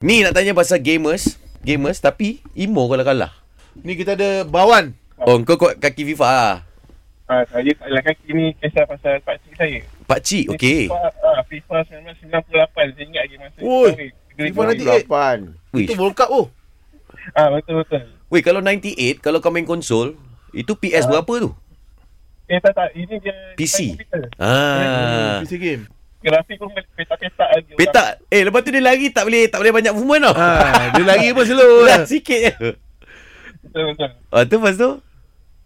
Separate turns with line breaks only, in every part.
Ni nak tanya pasal gamers Gamers Tapi emo kalau kalah
Ni kita ada Bawan.
Oh kau kuat kaki FIFA lah
Ha, saya kat dalam kaki ni kisah pasal pakcik saya.
Pakcik okey
FIFA, ha, FIFA 1998. Saya ingat lagi masa
Oi,
Sorry.
FIFA nanti-
Lapan.
Wish
Itu World Cup oh.
Ah betul-betul.
Weh kalau 98 Kalau kau main konsol Itu PS berapa tu?
Eh tak tak. Ini dia
PC
depan komputer.
Ah.
Hmm, PC game.
Grafik pun petak-petak lagi.
Petak Eh lepas tu dia lari Tak boleh tak boleh banyak movement tau
Ha, dia lari pun slow
Lah
lah.
sikit je
Betul-betul.
Ah, tu lepas tu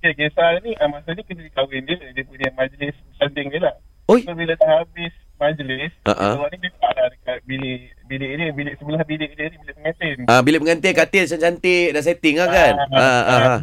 Okay, kisah ni ah, masa ni kita kahwin dia. Dia punya majlis sanding dia lah.
Oi.
So bila dah habis majlis,
Ha, ha.
orang ni lepak lah dekat bilik, bilik dia. Bilik sebelah bilik dia ni bilik pengantin.
Ah, bila pengantin katil cantik-cantik dah setting lah kan. Ah, ah, ah.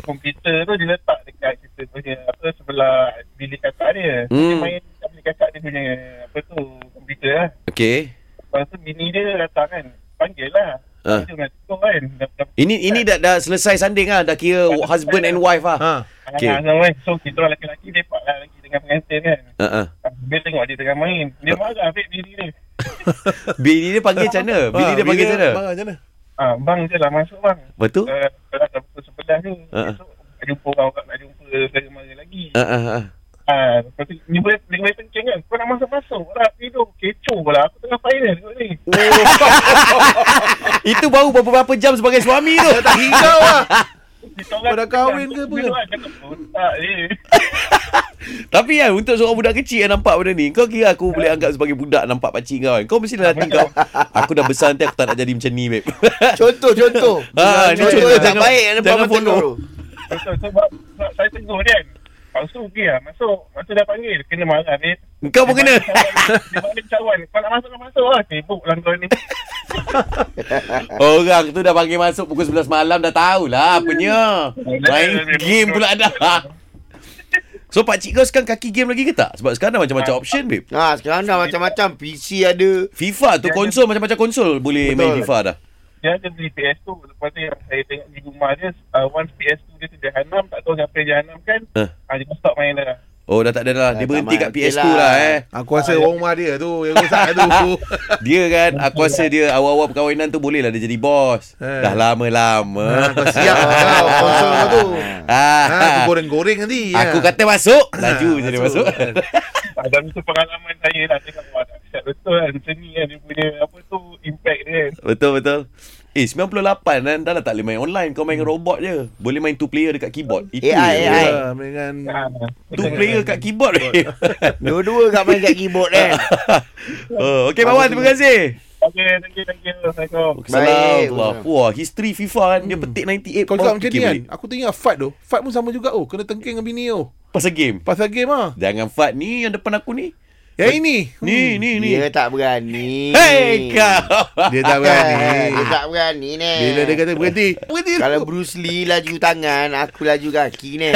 Komputer tu dia letak dekat kita punya apa sebelah bilik kakak dia. Hmm. Dia
Hmm.
main kat bilik kakak dia punya apa tu komputer lah.
Okey.
Lepas tu bini dia datang kan. Panggil lah.
Ah. Eh,
Dia nak tukar kan. Dah- dah-
Ini ini dah, dah selesai sanding ah, dah kira husband and wife ah.
Ha.
okey.
Ah, sama kan. So kita orang lelaki-lelaki lepak lah lagi dengan pengantin kan.
Ha ah.
Ah, Dia tengok dia tengah main. Dia marah ambil bini dia.
Bini dia panggil macam mana? Ah, Bini
Ha,
dia panggil macam mana?
Bang macam mana?
Ah, bang je lah masuk bang.
Lepas tu?
Uh, dah dah pukul sebelah tu.
Ah.
Esok nak jumpa orang nak jumpa saya marah lagi.
Ah ah ah.
Ah, lepas tu dia boleh dia boleh kencing kan. Kau nak masuk-masuk lah tidur. Kecoh pula. Aku tengah final kot ni.
Itu baru beberapa jam sebagai suami tu.
Tak hingau lah.
Kita orang
Kau dah kahwin ke apa?
Aku cakap botak je.
Tapi kan untuk seorang budak kecil yang nampak benda ni, kau kira aku boleh anggap sebagai budak nampak pakcik kau kan. Kau mesti dah hati kau. Aku dah besar nanti aku tak nak jadi macam ni, babe.
Contoh, contoh.
Ah, ni contoh
tak
jangan-
baik yang depan
jangan
mata
follow.
kau.
Betul sebab sebab saya tegur dia kan. Lepas tu okey lah masuk. Masa dah panggil kena marah ni.
Kau pun kena.
Dia balik cawan. Kau nak masuk kau masuk lah. Sibuk lah kau ni.
Orang tu dah panggil masuk pukul 11 malam dah tahulah apanya. Main game pula dah. So pakcik kau sekarang kaki game lagi ke tak? Sebab sekarang dah macam-macam option babe.
Ha, sekarang dah macam-macam. PC ada.
FIFA tu
Dia
konsol macam-macam konsol boleh
Betul.
main FIFA dah.
Dia ada beli PS2. Lepas tu yang saya tengok di rumah dia. Uh, once PS2 dia tu jahanam. Tak tahu siapa yang jahanam kan.
Eh.
Ah, dia stop main dah.
Oh dah tak ada dah. Dia
Dah
berhenti kat
tak main.
PS2
Okey
lah.
lah.
eh.
Aku rasa orang rumah dia tu yang rosak tu.
Dia kan aku rasa dia awal-awal perkahwinan tu boleh lah dia jadi bos.
lah. Eh.
Dah lama-lama.
Ha, kau siap lah kau konsol kau tu.
Ah,
Ha, aku goreng-goreng nanti. ya.
aku kata masuk, laju je dia masuk.
Ah, Dalam tu pengalaman saya lah Tengok wah tak siap betul kan Macam ni kan Dia punya apa tu Impact dia
Betul betul. Eh 98 kan dah lah tak boleh main online kau main
Hmm.
robot je. Boleh main two player dekat keyboard. Itu je.
AI, AI.
Ya, dengan
Ah,
Two player kat keyboard
Dua-dua kat main kat keyboard kan.
oh, Okay Bawan terima kasih
Okay thank you thank you Assalamualaikum
Salam
Baik.
Allah. Wah history FIFA kan Dia petik 98
Hmm. kau cakap macam ni
fikir
kan.
balik.
Aku teringat fight tu. Fight pun sama juga oh. Kena tengking dengan bini oh.
Pasal game
Pasal game ah.
Jangan fat ni Yang depan aku ni
Yang ini.
Ni ni ni
Dia tak berani.
Hei kau
Dia tak
Berani. Dia
berani.
Ah.
tak berani ni.
Bila dia kata berhenti. Berhenti.
Kalau Bruce Lee laju tangan, aku laju kaki ni.